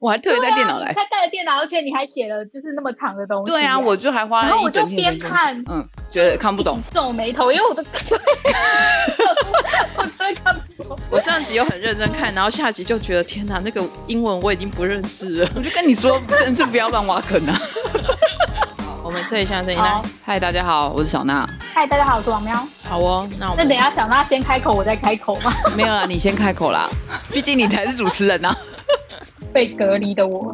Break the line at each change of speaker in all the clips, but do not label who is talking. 我还特别带
啊
电脑来。
他带了电脑，而且你还写了就是那么长的东西。
对啊，我就还花
然后
了
我
一
就
整天
边
在做
看
嗯，觉得看不懂。
皱眉头，因为我都 我真的看不懂。
我上集有很认真看，然后下集就觉得天哪，那个英文我已经不认识了。
我就跟你说，真是不要乱挖坑 啊！
我们测一下声音，
好
来，
嗨，大家好，我是小娜。
嗨，大家好，我是王喵。
好哦，那我
那
们
等一下小娜先开口，我再开口嘛。
没有啦，你先开口啦，毕竟你才是主持人呐、啊。
被隔离的我。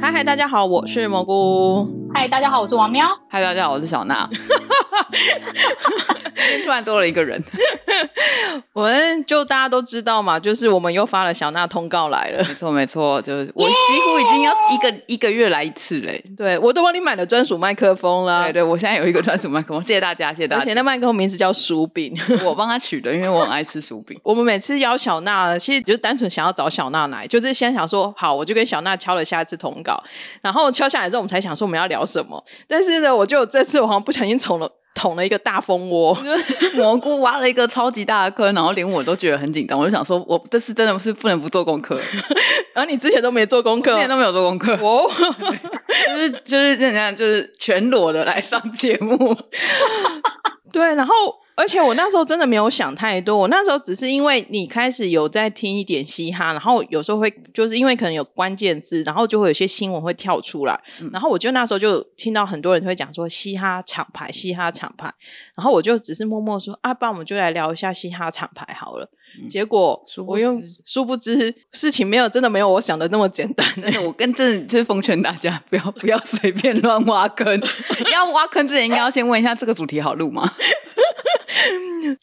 嗨嗨，大家好，我是蘑菇。
嗨，大家好，我是王喵。
嗨，大家好，我是小娜。今天突然多了一个人，
我们就大家都知道嘛，就是我们又发了小娜通告来了。
没错没错，就是我几乎已经要一个一个月来一次欸嘞。
对我都帮你买了专属麦克风啦，
对对，我现在有一个专属麦克风，谢谢大家，谢谢大
而且
家。
那麦克风名字叫薯饼。
我帮他取的，因为我很爱吃薯饼。
我们每次邀小娜，其实就是单纯想要找小娜来，就是先想说好，我就跟小娜敲了下一次通稿，然后敲下来之后，我们才想说我们要聊什么。但是呢，我就这次我好像不小心捅了捅了一个大蜂窝，
蘑菇挖了一个超级大的坑，然后连我都觉得很紧张。我就想说，我这次真的是不能不做功课，之
然后你之前都没做功课
前都没有做功课，
哦。
就是就是人家就是全裸的来上节目。
对，然后而且我那时候真的没有想太多，我那时候只是因为你开始有在听一点嘻哈，然后有时候会就是因为可能有关键字，然后就会有些新闻会跳出来，然后我就那时候就听到很多人会讲说嘻哈厂牌，嘻哈厂牌，然后我就只是默默说啊，不然我们就来聊一下嘻哈厂牌好了。结果
殊不
我用
知
嗯殊不知事情没有真的没有我想的那么简单、
真的，我跟真的就是奉劝大家，不要不要随便乱挖坑。 要挖坑之前，应该要先问一下这个主题好录吗？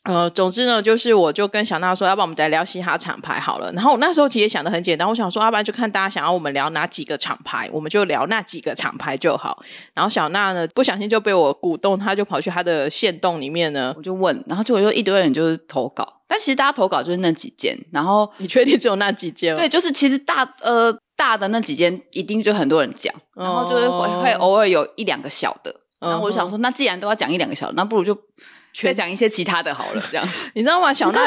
呃，总之呢，就是我就跟小娜说，要不然我们来聊嘻哈厂牌好了。然后我那时候其实也想的很简单，我想说，要不然就看大家想要我们聊哪几个厂牌，我们就聊那几个厂牌就好。然后小娜呢，不小心就被我鼓动，她就跑去她的线洞里面呢。
我就问，然后结果就一堆人就是投稿，但其实大家投稿就是那几件，然后
你确定只有那几件吗？
对，就是其实大呃大的那几件一定就很多人讲，
哦
然后就是会、会偶尔有一两个小的，
嗯哼
然后我就想说，那既然都要讲一两个小的，那不如就再讲一些其他的好了，这样。
你知道吗？小娜，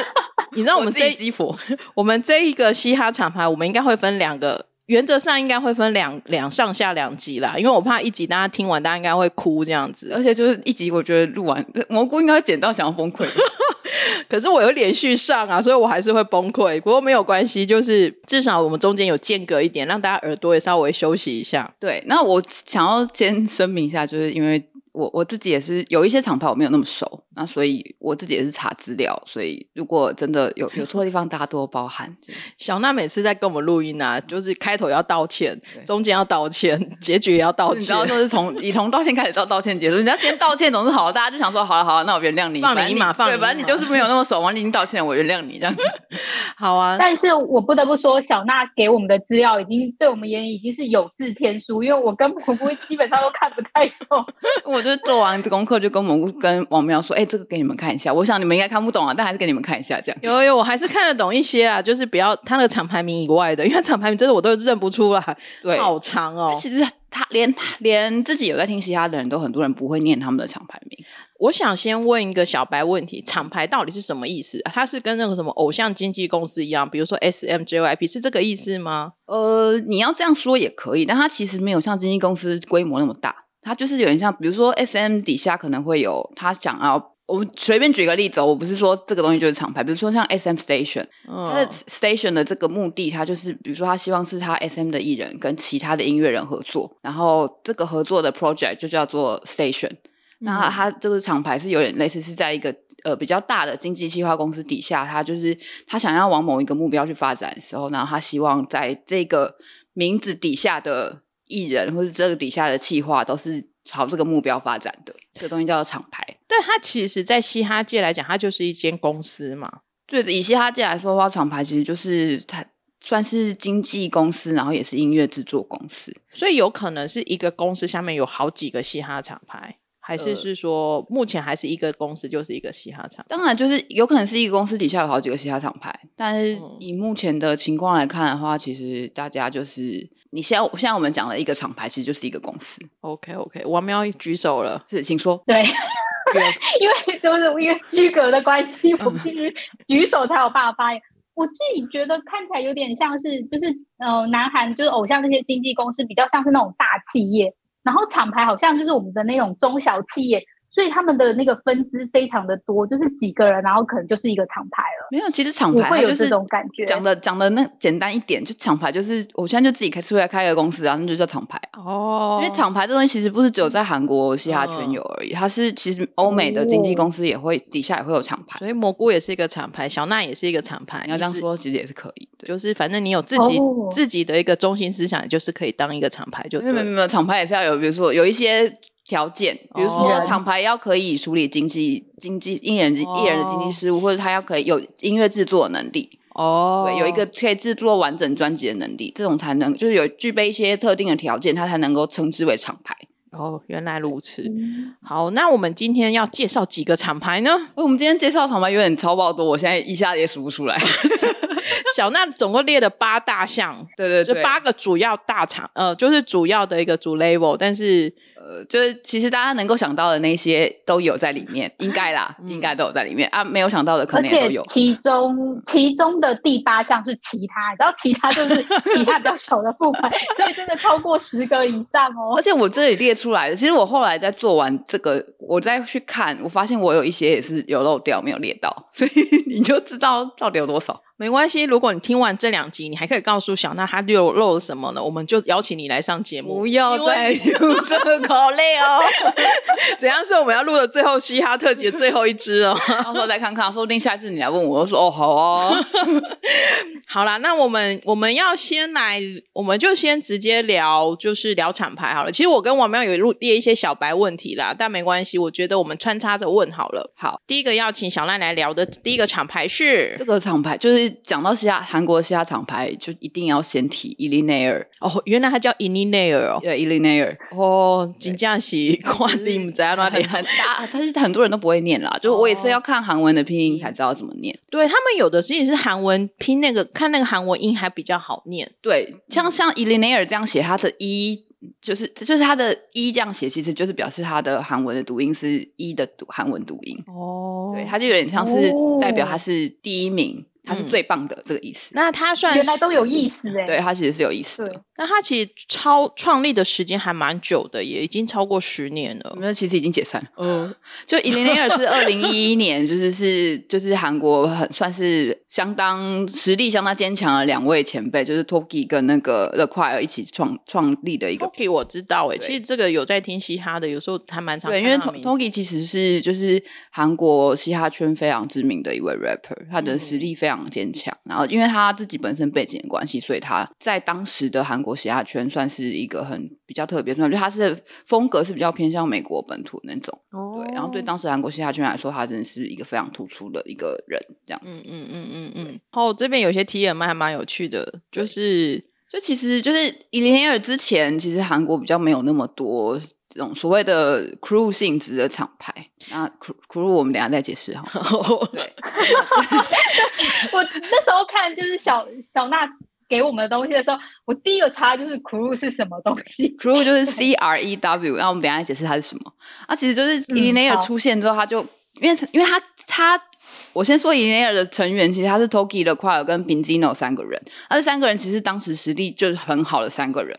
你知道我们
自己
这
激
我们这一个嘻哈厂牌，我们应该会分两个，原则上应该会分两两上下两集啦，因为我怕一集大家听完，大家应该会哭这样子。
而且就是一集，我觉得录完呃蘑菇应该会剪到想要崩溃吧。
可是我有连续上啊，所以我还是会崩溃。不过没有关系，就是至少我们中间有间隔一点，让大家耳朵也稍微休息一下。
对，那我想要先声明一下，就是因为我我自己也是有一些厂牌我没有那么熟，那所以我自己也是查资料，所以如果真的有有错的地方，大家多包涵。就
小娜每次在跟我们录音啊，就是开头要道歉
对，
中间要道歉，结局也要道
你知
歉
道，。哦就是从以从道歉开始到道歉结束，你要先道歉总是好的，大家就想说好了好了，那我原谅你，
放你
反正
一马放你
对，反正你
一马
就是没有那么熟，完了你已经道歉了，我原谅你这样子。
好
嗯
啊，
但是我不得不说，小娜给我们的资料已经对我们言已经是有字天书，因为我跟蘑菇基本上都看不太懂。
我就做完这功课，就跟蘑菇跟王苗说，哎、这个给你们看一下，我想你们应该看不懂啊，但还是给你们看一下这样。
有啊有，我还是看得懂一些啊，就是不要他那个厂牌名以外的，因为厂牌名真的我都认不出来，
对
好长哦。
其实他连连自己有在听嘻哈的人都很多人不会念他们的厂牌名，
我想先问一个小白问题：厂牌到底是什么意思、啊？它是跟那个什么偶像经纪公司一样，比如说 S M J Y P 是这个意思吗？
呃，你要这样说也可以，但它其实没有像经纪公司规模那么大，它就是有点像，比如说 S M 底下可能会有他想要，我们随便举个例子哦，我不是说这个东西就是厂牌，比如说像 S M Station，它的
嗯，
Station 的这个目的，它就是比如说他希望是他 S M 的艺人跟其他的音乐人合作，然后这个合作的 project 就叫做 Station。那它它这个厂牌是有点类似是在一个呃比较大的经济计划公司底下，它就是它想要往某一个目标去发展的时候，然后它希望在这个名字底下的艺人或是这个底下的企划都是朝这个目标发展的，这个东西叫做厂牌。
但它其实，在嘻哈界来讲，它就是一间公司嘛。
对，以嘻哈界来说的话，厂牌其实就是它算是经纪公司，然后也是音乐制作公司。
所以有可能是一个公司下面有好几个嘻哈厂牌，还是
呃
是说目前还是一个公司就是一个嘻哈厂牌？
当然，就是有可能是一个公司底下有好几个嘻哈厂牌，但是
嗯
以目前的情况来看的话，其实大家就是你现在现在我们讲的一个厂牌，其实就是一个公司。
OK OK，王喵举手了，
是，请说。
对，
嗯
因为就是因为居格的关系，我必须举手才有办法发言。我自己觉得看起来有点像是，就是呃，南韩就是偶像那些经纪公司比较像是那种大企业，然后厂牌好像就是我们的那种中小企业，所以他们的那个分支非常的多，就是几个人，然后可能就是一个厂牌了。
没有，其实厂
我
牌
会
它
有
就
这
是
种感觉
讲的讲的那简单一点，就厂牌就是我现在就自己开出来开个公司啊，那就叫厂牌啊。
哦嗯
因为厂牌这东西其实不是只有在韩国嘻哈圈有而已，它是其实欧美的
哦
经纪公司也会底下也会有厂牌。
所以蘑菇也是一个厂牌，小娜也是一个厂牌。
啊你要这样
一直，
说，其实也是可以的。
就是反正你有自己、
哦
自己的一个中心思想，就是可以当一个厂牌就
没
对
有没有
了。
没有，厂牌也是要有，比如说有一些条件，比如说
哦
厂牌要可以处理经济、经济艺人、
哦
艺人的经济事务，或者他要可以有音乐制作能力，
哦
对，有一个可以制作完整专辑的能力，这种才能就是有具备一些特定的条件，他才能够称之为厂牌。
哦，原来如此。
嗯
好，那我们今天要介绍几个厂牌呢？
哦我们今天介绍厂牌有点超爆多，我现在一下也数不 出来。
小娜总共列了八大项，
对对
就
对，
八个主要大厂，呃，就是主要的一个主 level，但是
呃就是其实大家能够想到的那些都有在里面，应该啦，应该都有在里面啊。没有想到的可
而
能也都
且
有。
其中其中的第八项是其他，你知道其他就是其他比较 小的部分，所以真的超过十个以上哦
而。且我这里列出来的，其实我后来在做完这个，我再去看，我发现我有一些也是有漏掉，没有列到，所以 你就知道到底有多少。
没关系。如果你听完这两集，你还可以告诉小娜她漏漏了什么呢？我们就邀请你来上节目。
不要再用这个口令哦，
怎样是我们要录的最后嘻哈特辑的最后一支 哦？
到时候再看看，说不定下次你来问我，我就说哦好哦。
好啦，那我们我们要先来，我们就先直接聊，就是聊厂牌好了。其实我跟王妙有录列一些小白问题啦，但没关系，我觉得我们穿插着问好了。
好，
第一个要请小赖来聊的第一个厂牌
这
是
个厂牌就是讲到其他韩国其他厂牌，就一定要先提呃伊利内尔，
哦，原来它叫 i n i n a i r 哦，
对伊利内 尔，
哦，金价喜跨你们在那
很
里，
很大，但是很多人都不会念啦，就我也是要看韩文的拼音才知道怎么念。
对他们有的其实是韩文拼那个，看那个韩文音还比较好念。
对，像像伊琳内尔这样写，他的一就是就是他的一这样写，其实就是表示他的韩文的读音是一的读韩文读音，
哦
对，他就有点像是
哦
代表他是第一名，他是
嗯
最棒的、这个意思。
那他算
原来
是
都有意思哎、
对，他其实是有意思
对
的。
那它其实超创立的时间还蛮久的耶，也已经超过十年
我
了。
们其实已经解散了。
嗯，
就伊琳内尔是二零一一年，就是是就是韩国很算是相当实力相当坚强的两位前辈，就是 Toki 跟那个 The Choir 一起创创立的一个
Toki 我知道哎，
对
其实这个有在听嘻哈的，有时候还蛮常
对，因为
看到
To-
名字
Togi 其实是就是韩国嘻哈圈非常知名的一位 rapper，他的实
嗯
力非常坚强。然后因为他自己本身背景的关系，所以他在当时的韩国嘻哈圈算是一个很比较特别，算就他是风格是比较偏向美国本土那种。对，然后
哦
对当时韩国嘻哈圈来说，他真的是一个非常突出的一个人，这样子。
嗯嗯嗯嗯嗯。哦，这边有些 T M 还蛮有趣的，就是
就其实就是伊莲尔之前，其实韩国比较没有那么多这种所谓的 crew 性质的厂牌。那 crew crew 我们等一下再解释哈。 对，
我那时候看就是小小娜给我们的东西的时候，我第一个查就是 crew 是什么东西。
crew 就是 C R E W，那我们等一下解释它是什么。啊，其实就是 e l i n a i r
好
出现之后，他就因为因为他他，我先说 e l i n a i r 的成员，其实他是 Toki 的 Choir 跟 Binzino 三个人，那这三个人其实当时实力就是很好的三个人，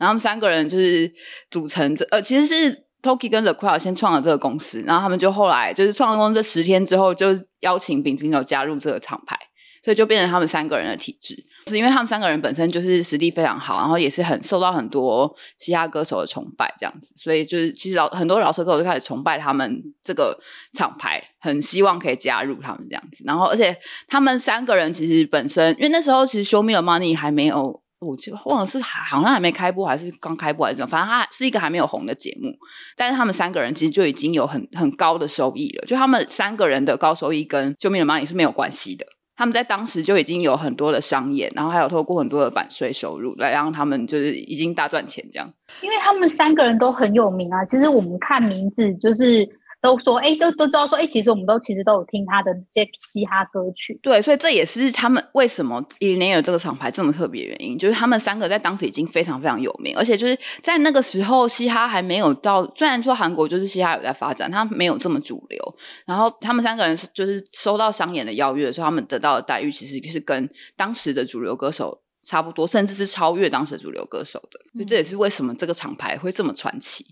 然后他们三个人就是组成这呃，其实是 Toki 跟 The Choir 先创了这个公司，然后他们就后来就是创了公司这十天之后，就邀请 Binzino 加入这个厂牌。所以就变成他们三个人的体制。是因为他们三个人本身就是实力非常好，然后也是很受到很多嘻哈歌手的崇拜，这样子，所以就是其实老很多老舌歌手就开始崇拜他们这个厂牌，很希望可以加入他们这样子。然后，而且他们三个人其实本身，因为那时候其实《Show Me the Money》还没有。我记得忘了是好像还没开播，还是刚开播，还是什么，反正它是一个还没有红的节目。但是他们三个人其实就已经有很很高的收益了，就他们三个人的高收益跟《Show Me the Money》是没有关系的。他们在当时就已经有很多的商业，然后还有透过很多的版税收入来让他们就是已经大赚钱这样。
因为他们三个人都很有名啊。其实我们看名字，就是都说，哎，都都知道说，哎，其实我们都其实都有听他的这些嘻哈歌曲。
对，所以这也是他们为什么 i l l i n a 这个厂牌这么特别的原因，就是他们三个在当时已经非常非常有名，而且就是在那个时候，嘻哈还没有到，虽然说韩国就是嘻哈有在发展，它没有这么主流。然后他们三个人是就是收到商演的邀约的时候，他们得到的待遇其实是跟当时的主流歌手差不多，甚至是超越当时的主流歌手的。所以这也是为什么这个厂牌会这么传奇。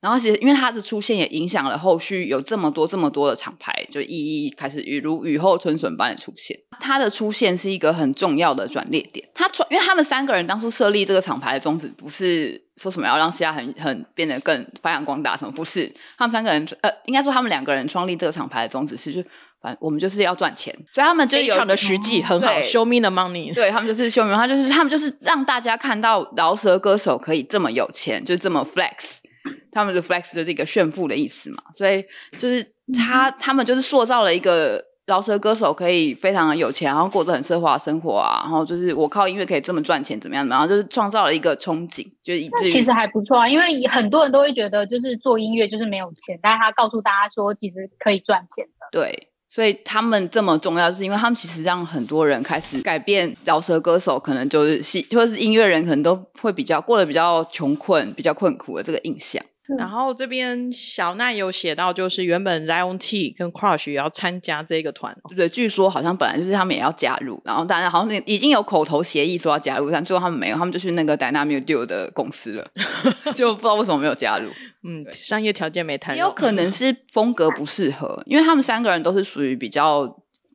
然后其实因为它的出现也影响了后续有这么多这么多的厂牌，就一一开始雨如雨后春笋般的出现。它的出现是一个很重要的转捩点。它转，因为他们三个人当初设立这个厂牌的宗旨不是说什么要让西亚很很变得更发扬光大什么，不是。他们三个人呃，应该说他们两个人创立这个厂牌的宗旨是就反我们就是要赚钱，所以他们就
非
有嗯
常的实际，很好
对
，Show me the money。
对他们就是秀明，他就是他们就是让大家看到饶舌歌手可以这么有钱，就这么 flex。他们的 flex 就是一个炫富的意思嘛，所以就是
嗯
他他们就是塑造了一个饶舌歌手可以非常有钱，然后过着很奢华的生活啊，然后就是我靠音乐可以这么赚钱，怎么样怎么样，然后就是创造了一个憧憬，就是以
那
至于
其实还不错啊，因为很多人都会觉得就是做音乐就是没有钱，但是他告诉大家说其实可以赚钱的。
对，所以他们这么重要，就是因为他们其实让很多人开始改变饶舌歌手，可能就是戏，就是音乐人，可能都会比较过得比较穷困、比较困苦的这个印象。
然后这边小奈有写到，就是原本 Zion T 跟 Crush 也要参加这个团哦，
对，据说好像本来就是他们也要加入，然后大家好像已经有口头协议说要加入，但最后他们没有，他们就去那个 Dynamic Duo 的公司了， 就不知道为什么没有加入。
嗯，商业条件没谈
也
拢，
有可能是风格不适合，因为他们三个人都是属于比较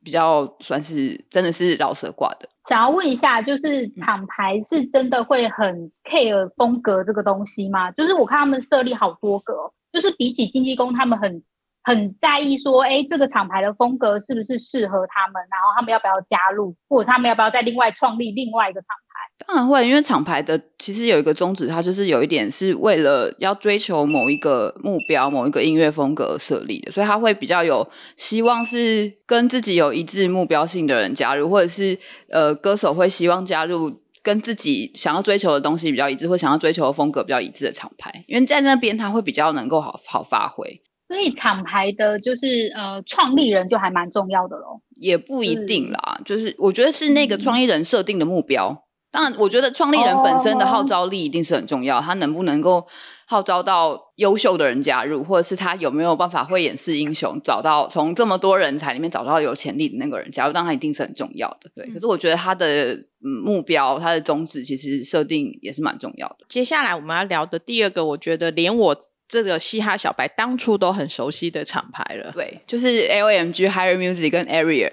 比较算是真的是饶舌挂的。
想要问一下，就是
嗯
厂牌是真的会很 care 风格这个东西吗？就是我看他们设立好多个哦，就是比起经纪公，他们很很在意说，哎，这个厂牌的风格是不是适合他们，然后他们要不要加入，或者他们要不要再另外创立另外一个厂牌？
当然会，因为厂牌的其实有一个宗旨，它就是有一点是为了要追求某一个目标、某一个音乐风格而设立的，所以它会比较有希望是跟自己有一致目标性的人加入，或者是呃歌手会希望加入跟自己想要追求的东西比较一致，或想要追求的风格比较一致的厂牌，因为在那边他会比较能够好好发挥。
所以厂牌的就是呃创立人就还蛮重要的咯。
也不一定啦，就是我觉得是那个创意人设定的目标。当然，我觉得创立人本身的
哦
号召力一定是很重要，他能不能够号召到优秀的人加入，或者是他有没有办法慧眼识英雄，找到从这么多人才里面找到有潜力的那个人加入，当然一定是很重要的。对，可是我觉得他的嗯目标、他的宗旨其实设定也是蛮重要的。
接下来我们要聊的第二个，我觉得连我这个嘻哈小白当初都很熟悉的厂牌了。
对，就是 L M G Higher Music 跟 Area。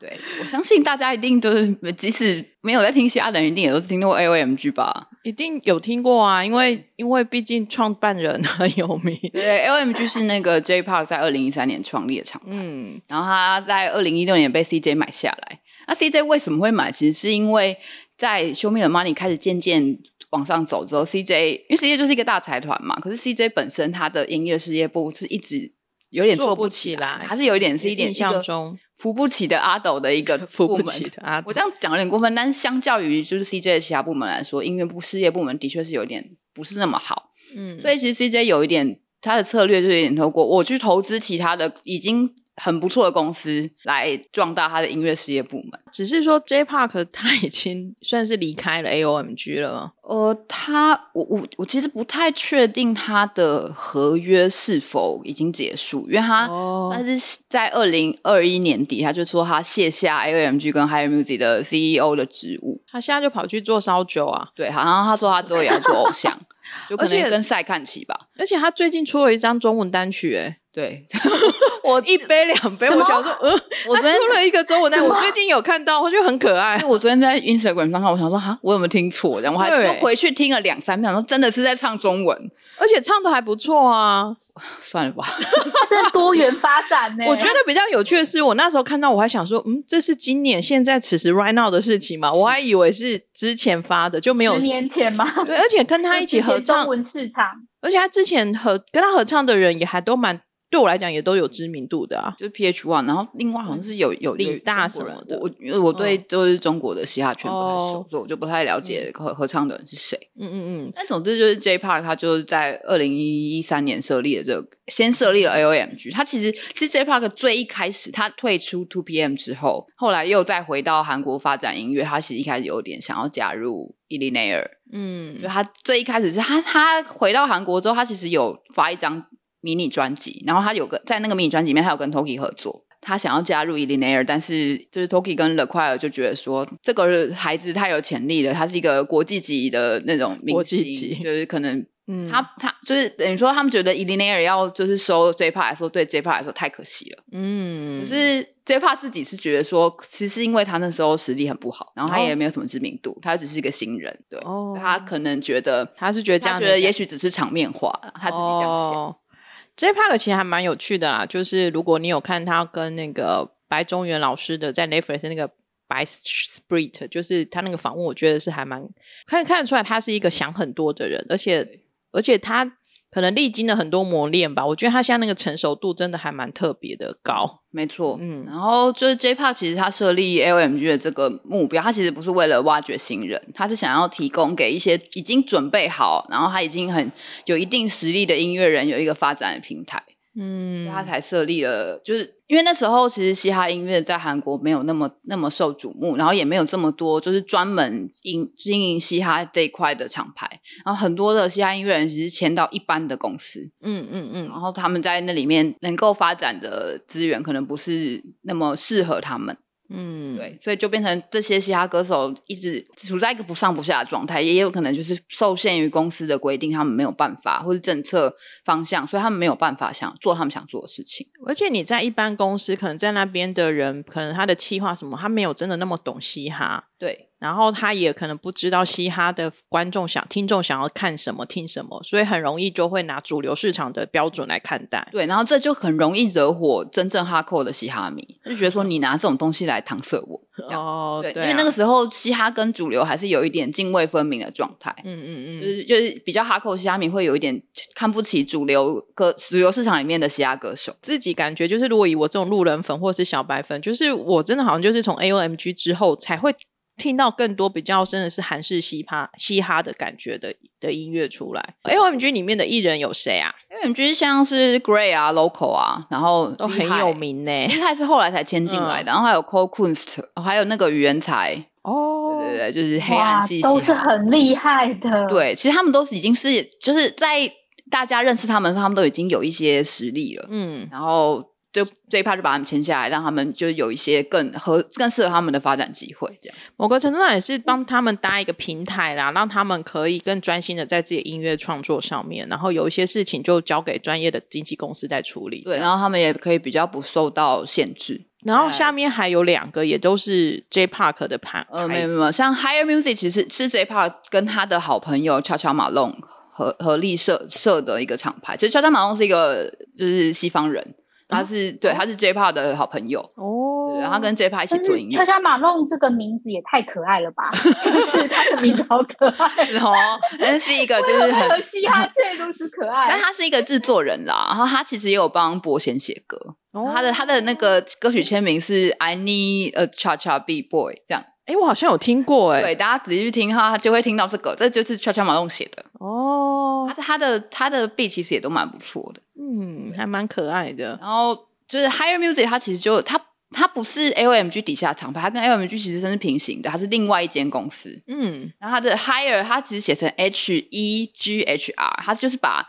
对，我相信大家一定都是，即使没有在听其他的人，一定也都是听过 L M G 吧？
一定有听过啊，因为因为毕竟创办人很有 名。
对，L M G 是那个 J Park 在二零一三年创立的厂牌，
嗯，
然后他在二零一六年被 C J 买下来。那 C J 为什么会买？其实是因为在 Show Me the Money 开始渐渐往上走之后，C J 因为 C J 就是一个大财团嘛，可是 C J 本身他的音乐事业部是一直有点
做
做
不
不
起
起
来
来，还是有一点是一点
印
一
象
个
中
扶不起的阿斗的一 个
扶
部
不
门
起的啊，
我这样讲有点过分，但是相较于就是 CJ 的其他部门来说，音乐部事业部门的确是有点不是那么好，
嗯，
所以其实 CJ 有一点他的策略就是有点透过我去投资其他的已经很不错的公司来壮大他的音乐事业部门。
只是说 J Park 他已经算是离开了 AOMG 了吗，
呃，他我我我其实不太确定他的合约是否已经结束，因为他、
哦
他是在二零二一年底，他就说他卸下 AOMG 跟 Higher Music 的 CEO 的职务，
他现在就跑去做烧酒啊，
对，好像他说他之后也要做偶像，就可
而且
能跟赛看齐吧。
而且他最近出了一张中文单曲、哎，
对，
我一杯两杯，
什
我
么
想说，呃，
我昨
他
天
出了一个中文单，我最近有看到，我觉得很可爱。
我昨天在 Instagram 上看，我想说哈，我有没有听错？然后我还
对
就回去听了两三秒，说真的是在唱中文，
而且唱的还不错啊。
算了吧。
这是多元发展呢、
我觉得比较有趣的是，我那时候看到我还想说，嗯，这是今年现在此时 right now 的事情嘛？我还以为是之前发的，就没有
十。年前嘛，
对，而且跟他一起合
中
唱，
文市场。
而且他之前合跟他合唱的人也还都蛮对我来讲也都有知名度的啊。
就是 PH One，然后另外好像是有有
理
有
大
中国人
什么的嗯
我因为我对就是中国的嘻哈圈不太熟，
哦
所以我就不太了解合合唱的人是谁。
嗯嗯嗯，
但总之就是 J Park 他就是在二零一三年设立了这个，先设立了 LOMG。他其实是 J Park 最一开始他退出 Two PM 之后，后来又再回到韩国发展音乐，他其实一开始有点想要加入伊利内尔，就
嗯，
他最一开始是他他回到韩国之后，他其实有发一张迷你专辑，然后他有个在那个迷你专辑里面，他有跟 Toki 合作。他想要加入 e l i n a i r 但是就是 Toki 跟 l e q u i r 就觉得说，这个孩子太有潜力了，他是一个国际级的那种明
国
星，
际级
就是可能
嗯
他、他就是等于说，他们觉得 e l i n a i r 要就是收 J p a 来说，对 J p a 来说太可惜了。
嗯
可是 J p a 自己是觉得说，其实是因为他那时候实力很不好，然后他
哦
也没有什么知名度，他只是一个新人，对，
哦
他可能觉得
他是觉得这样
他
子
觉得也许只是场面化啦，他自己这样想。
哦、J Park 其实还蛮有趣的啦，就是如果你有看他跟那个白中原老师的在 Netflix 那个。白 Spirit 就是他那个访问，我觉得是还蛮看看得出来，他是一个想很多的人，而且而且他可能历经了很多磨练吧。我觉得他现在那个成熟度真的还蛮特别的高。
没错，嗯
嗯，
然后就是 J p a 其实他设立 LMG 的这个目标，他其实不是为了挖掘新人，他是想要提供给一些已经准备好，然后他已经很有一定实力的音乐人有一个发展的平台。
嗯
所以他才设立了，就是因为那时候其实嘻哈音乐在韩国没有那么那么受瞩目，然后也没有这么多就是专门营经营嘻哈这一块的厂牌，然后很多的嘻哈音乐人其实签到一般的公司，
嗯嗯嗯
然后他们在那里面能够发展的资源可能不是那么适合他们，
嗯，
对，所以就变成这些嘻哈歌手一直处在一个不上不下的状态，也有可能就是受限于公司的规定，他们没有办法或是政策方向，所以他们没有办法想做他们想做的事情。
而且你在一般公司，可能在那边的人，可能他的企划什么，他没有真的那么懂嘻哈，
对，
然后他也可能不知道嘻哈的观众想、听众想要看什么、听什么，所以很容易就会拿主流市场的标准来看待。
对，然后这就很容易惹火真正哈扣的嘻哈迷，就觉得说你拿这种东西来搪塞我，这样
哦
对，
对啊，
因为那个时候嘻哈跟主流还是有一点泾渭分明的状态。
嗯嗯嗯，
就是就是比较哈扣的嘻哈迷会有一点看不起主流歌主流市场里面的嘻哈歌手，
自己感觉就是，如果以我这种路人粉或是小白粉，就是我真的好像就是从 A O M G 之后才会听到更多比较真的是韩式嘻哈、嘻哈的感觉的的音乐出来。A O M G 里面的艺人有谁啊？
因为你就是像是 Gray 啊、Local 啊，然后
都很有。名嗯呢、
厉害是后来才签进来的，然后还有 Cole Kunst，还有那个语言才，
哦
对对对，就是黑暗
哇
系，
都
嘻
是
哈
很厉害的。，
对，其实他们都是已经是就是在大家认识他们的时候，他们都已经有一些实力了，
嗯
然后就这一趴就把他们签下来，让他们就有一些更合更适合他们的发展机会，这样
某个程度上也是帮他们搭一个平台啦，让他们可以更专心的在自己的音乐创作上面，然后有一些事情就交给专业的经纪公司在处理。
对，然后他们也可以比较不受到限制。
然后下面还有两个也都是 J Park 的盘，
呃，没
牌
有没
子
有，没有像 Higher Music 其实是 J Park 跟他的好朋友悄悄马龙合合力设设的一个厂牌。其实悄悄马龙是一个就是西方人，他是、对他是 J Park 的好朋友，
哦
对，然后他跟 J Park 一起
但
做
是
音
悄
乐。
悄马弄这个名字也太可爱了吧！ 就是他的名字好可爱，
然后，那哦是一个 就是很
和嘻哈界如此 可
但
爱。
他是一个制作人啦，然后他其实也有帮伯贤写歌，
哦
他的他的那个歌曲签名是 I need a cha cha b boy 这样，
哎，我好像有听过哎，
对，大家仔细去听他，他就会听到这个，这就是 cha cha 马龙写的，
哦
他，他的他的 B 其实也都蛮不错的，
嗯，还蛮可爱的，
然后就是 Higher Music，他其实就他。他不是 LMG 底下厂牌，他跟 LMG 其实真是平行的，他是另外一间公司。
嗯，
然后他的 Higher，他其实写成 H E G H R，他就是把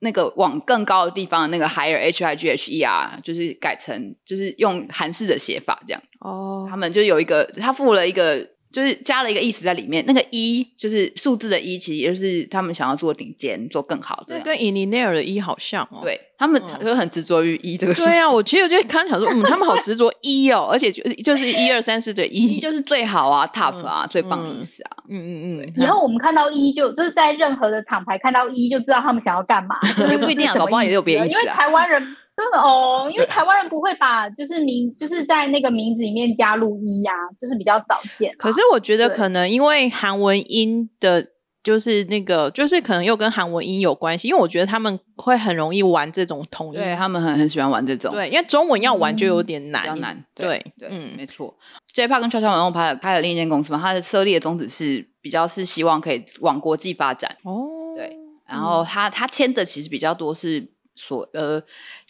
那个往更高的地方的那个 Higher H I G H E R，就是改成就是用韩式的写法这样。
哦
他，们就有一个，他附了一个，就是加了一个意思在里面。那个一、就是数字的一、其实也就是他们想要做顶尖、做更好这
这
样。
跟 i n i n a i r 的一好像哦，。
对他们
嗯
就很执着于 E 一这个数字。
对啊，我其实我就刚刚想说，嗯，他们好执着一哦，而且就是就是一二三四的
一
一，
就是最好啊，top 啊，最棒的
嗯
意思啊。
嗯嗯嗯，
以后我们看到一就就是在任何的厂牌看到一就知道他们想要干 嘛，就是
也不一定啊
是什么
搞不好也有别的
意
意
思
思啊
了因为台湾人真的哦，因为台湾人不会把就是名就是在那个名字里面加入一呀、就是比较少见啊。
可是我觉得
对
可能因为韩文音的就是那个，就是可能又跟韩文音有关系，因为我觉得他们会很容易玩这种统一。
对他们很很喜欢玩这种，
对，因为中文要玩就有点难，
比较难。
对
对，
嗯
没错。J-Park 跟悄悄网络拍了开了另一间公司嘛，它的设立的宗旨是比较是希望可以往国际发展，
哦
对然后他他签的其实比较多是所呃。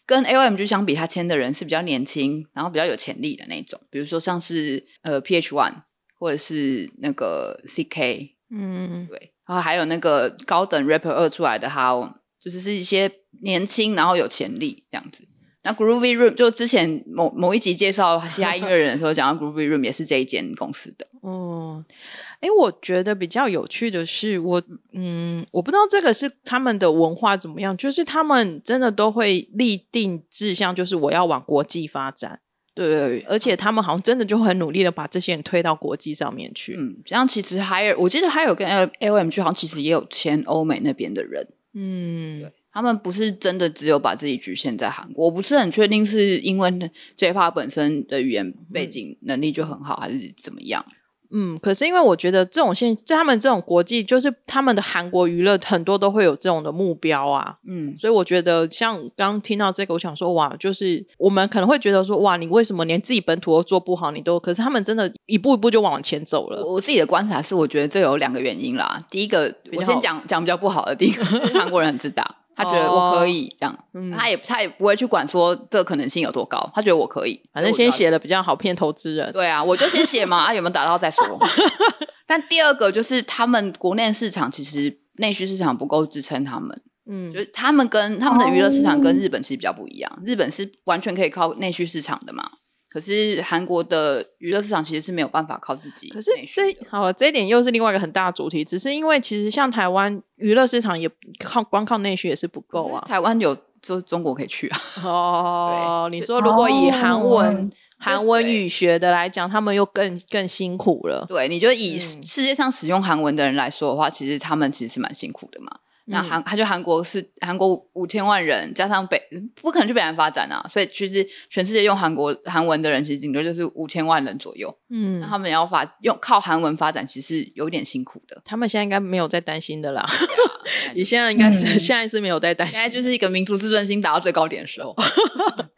跟 AOMG 相比，他签的人是比较年轻，然后比较有潜力的那种，比如说像是呃 PH One 或者是那个 CK，
嗯，
对，然后还有那个高等 rapper 二出来的哈哦，就是是一些年轻然后有潜力这样子。那 Groovy Room 就之前某某一集介绍嘻哈音乐人的时候，讲到 Groovy Room 也是这一间公司的，
哦，哎，我觉得比较有趣的是，我嗯，我不知道这个是他们的文化怎么样，就是他们真的都会立定志向，就是我要往国际发展，
对对对。
而且他们好像真的就很努力的把这些人推到国际上面去。
嗯，这样其实还有，我记得还有跟 L L M G 好像其实也有签欧美那边的人，
嗯，
他们不是真的只有把自己局限在韩国，我不是很确定是因为 J-Pop 本身的语言背景能力就很好，还是怎么样。
嗯，可是因为我觉得这种现，在他们这种国际，就是他们的韩国娱乐很多都会有这种的目标啊，
嗯，
所以我觉得像刚刚听到这个，我想说哇，就是我们可能会觉得说哇，你为什么连自己本土都做不好，你都，可是他们真的一步一步就往前走了。
我我自己的观察是，我觉得这有两个原因啦。第一个，
较
我先讲讲比较不好的，第一个是韩国人很自 大，他觉得
哦
我可以这样，
嗯
他也他也不会去管说这个可能性有多高，他觉得我可以，
反正
所以
先
我就要。
写了比较好骗投资人。
对啊，我就先写嘛，啊有没有达到再 说。但第二个就是他们国内市场其实内需市场不够支撑他们，
嗯
就是他们跟他们的娱乐市场
哦
跟日本其实比较不一样，日本是完全可以靠内需市场的嘛。可是韩国的娱乐市场其实是没有办法靠自己
可是
内需的。
这好了，这一点又是另外一个很大的主题。只是因为其实像台湾娱乐市场也靠光靠内需也是不够啊
可是。台湾有，就中国可以去啊。
哦，你
是
说如果以韩文、
哦
韩文
对
语学的来讲，他们又更更辛苦 了。
对，你就以
嗯
世界上使用韩文的人来说的话，其实他们其实是蛮辛苦的嘛。那韩，他就韩国是韩国五千万人，加上北不可能去北韩发展啊，所以其实全世界用韩国韩文的人，其实顶多就是五千万人左右。
嗯
那，他们要发用靠韩文发展，其实有点辛苦的。
他们现在应该没有在担心 的啦。
对
你
啊
现在应该是
嗯
现在是没有在担心
现在就是一个民族自尊心达到最高点的时候。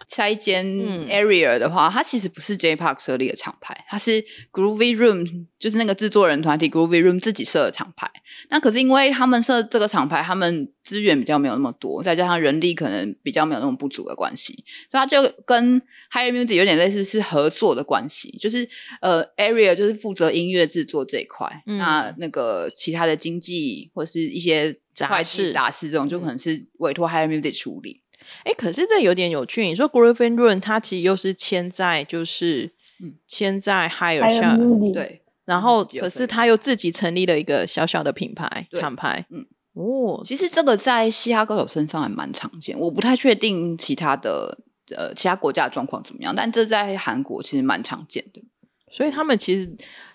下一间
嗯
Area 的话，它其实不是 J Park 设立的厂牌，它是 Groovy Room，就是那个制作人团体 Groovy Room 自己设的厂牌。那可是因为他们设这个厂牌，他们资源比较没有那么多，再加上人力可能比较没有那么不足的关系，所以他就跟 Higher Music 有点类似是合作的关系，就是呃 Area 就是负责音乐制作这一块，
嗯
那那个其他的经济或是一些
杂
会计
事嗯
杂事这种，就可能是委托 Higher Music 处理。
哎，可是这有点有趣。你说 Griffin Run 它其实又是签在就是
嗯
签在 Higher
还有
下，
Moody，
对，
然后
自己有
可
分
是他又自己成立了一个小小的品牌
对
厂牌，
嗯，
哦，
其实这个在嘻哈歌手身上还蛮常见，我不太确定其他的呃其他国家的状况怎么样，但这在韩国其实蛮常见的。
所以他们其实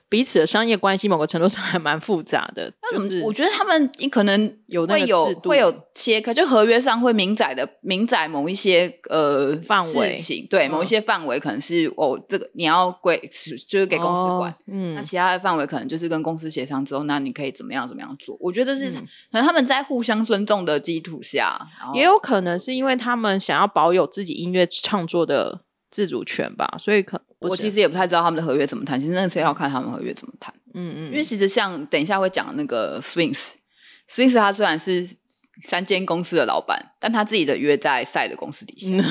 彼此的商业关系某个程度上还蛮复杂的，
那
就
怎么？
是
我觉得他们可能
有那个
会有
制度
会有切开，就合约上会明载的明载某一些呃
范围
事情，对、
嗯
某一些范围可能是哦这个你要归就是给公司管。
哦嗯
那，其他的范围可能就是跟公司协商之后，那你可以怎么样怎么样做？我觉得这是、
嗯
可能他们在互相尊重的基础下，然后
也有可能是因为他们想要保有自己音乐创作的自主权吧，所以可不
我
是
其实也不太知道他们的合约怎么谈，其实那个是要看他们合约怎么谈，
嗯嗯，
因为其实像等一下会讲的那个 Swings，Swings 他虽然是三间公司的老板，但他自己的约在赛的公司底下，
嗯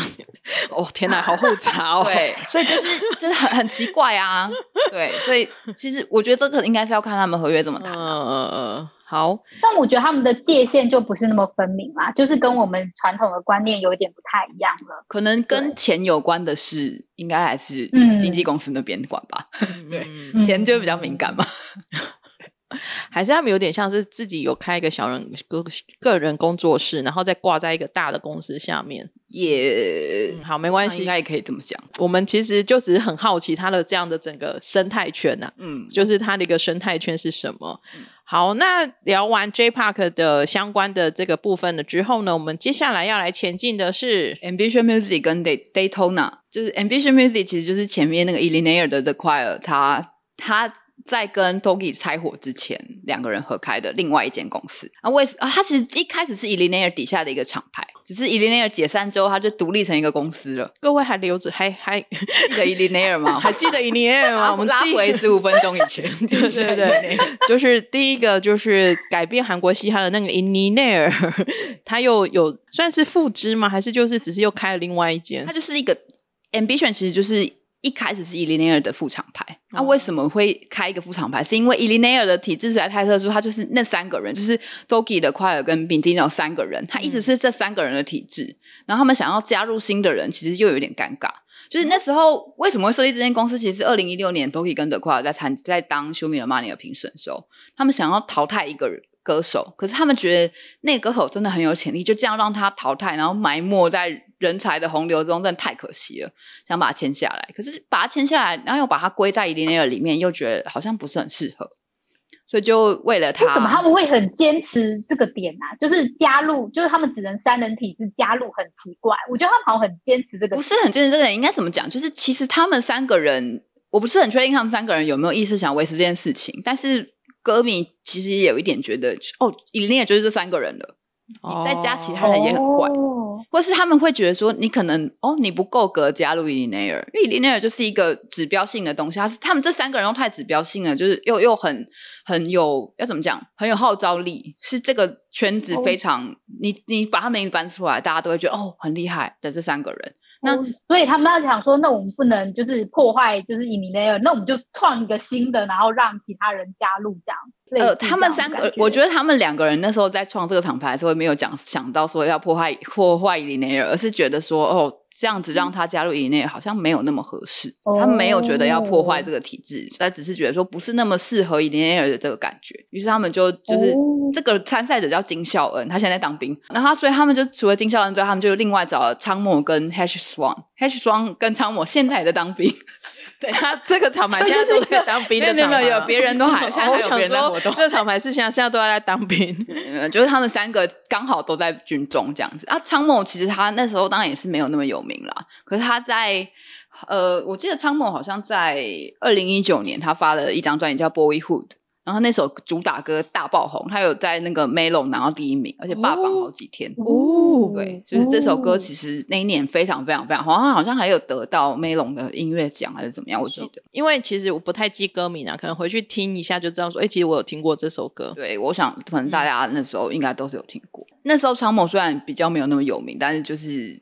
哦天哪，好复杂哦，
对，所以就是就是很很奇怪啊， 对，所以其实我觉得这个应该是要看他们合约怎么
嗯
谈，
嗯嗯嗯，好，
但我觉得他们的界限就不是那么分明啦，就是跟我们传统的观念有一点不太一样了。
可能跟钱有关的事，应该还是
嗯
经纪公司那边管吧，对
嗯
嗯
钱就比较敏感 嘛。
还是他们有点像是自己有开一个小人个个人工作室，然后再挂在一个大的公司下面。
也
嗯，好，没关
应
系。
该也可以这么想，
我们其实就只是很好奇它的这样的整个生态圈啊呐、
嗯，
就是它的一个生态圈是什么。好，那聊完 J Park 的相关的这个部分了之后呢，我们接下来要来前进的是，
Ambition Music 跟 Day- Daytona，就是 Ambition Music 其实就是前面那个 Illinaire 的 The Choir，他他在跟 Togi 拆伙之前，两个人合开的另外一间公司啊，为啊，它其实一开始是 Elinair 底下的一个厂牌，只是 Elinair 解散之后，它就独立成一个公司了。
各位还留着，还还
记得 Elinair 吗？
还记得 Elinair 吗？
啊
我们
拉
第一
回十五分钟以前，
对对对， 就是第一个就是改变韩国嘻哈的那个 In n a i r 他又有算是复制吗？还是就是只是又开了另外一间
它？就是一个 ambition，其实就是一开始是 Elinair 的副厂牌。那、为什么会开一个副厂牌？是因为 Elinair 的体制实在太特殊，它就是那三个人，就是 Dogi 的快尔跟 b i n d i n o 三个人，它一直是这三个人的体制。然后他们想要加入新的人，其实又有点尴尬。就是那时候为什么会设立这间公司？其实是二零一六年 Doki 跟德夸尔在参在当 Show Me the Money 的评审的时候，他们想要淘汰一个人歌手，可是他们觉得那个歌手真的很有潜力，就这样让他淘汰，然后埋没在人才的洪流中，真的太可惜了。想把他签下来，可是把他签下来，然后又把他归在 e l i n a 里面，又觉得好像不是很适合，所以就为了他，
为什么他们会很坚持这个点啊？就是加入，就是他们只能三人体制加入很奇怪，我觉得他们好像很坚持这个
不。是很坚持这个人应该怎么讲？就是其实他们三个人，我不是很确定他们三个人有没有意识想维持这件事情，但是歌迷其实也有一点觉得，哦，以琳也就是这三个人了，你再加其他人也很怪。
哦
或是他们会觉得说，你可能哦，你不够格加入伊琳内尔，因为伊琳内尔就是一个指标性的东西，他是他们这三个人都太指标性了，就是又又很很有要怎么讲，很有号召力，是这个圈子非常、你你把他们名字搬出来，大家都会觉得哦很厉害的这三个人。那
哦所以他们要想说，那我们不能就是破坏，就是以你那样，那我们就创一个新的，然后让其他人加入这样。类
呃，
似
他们
这
三
样的
个
感，
我觉得他们两个人那时候在创这个厂牌的时候，没有讲想到说要破坏破坏伊内尔，而是觉得说哦，这样子让他加入伊内尔好像没有那么合适。
哦
他们没有觉得要破坏这个体制，他只是觉得说不是那么适合伊内尔的这个感觉，于是他们就就是。
哦
这个参赛者叫金孝恩，他现在在当兵。然后他，所以他们就除了金孝恩之外，他们就另外找了昌某跟 Hash Swan，Hash Swan 跟昌某现在也在当 兵。
对他这个厂牌现在都在当兵的
没有
厂牌吗，
没有有别人 都还现在还有
哦我想
别人在活
说
动
这个厂牌是现在现在都在当兵，
呃，就是他们三个刚好都在军中这样子啊。昌某其实他那时候当然也是没有那么有名啦，可是他在呃，我记得昌某好像在二零一九年他发了一张专辑叫《Boyhood》，然后那首主打歌大爆红，他有在那个 Melon 拿到第一名，而且霸榜好几天。
哦
对，就是这首歌
哦
其实那一年非常非常非常红，好像好像还有得到 Melon 的音乐奖还是怎么啊样，我记得。
哦因为其实我不太记歌名啊，可能回去听一下就知道说，哎，其实我有听过这首歌。
对，我想可能大家那时候应该都是有听过。那时候长某虽然比较没有那么有名，但是就是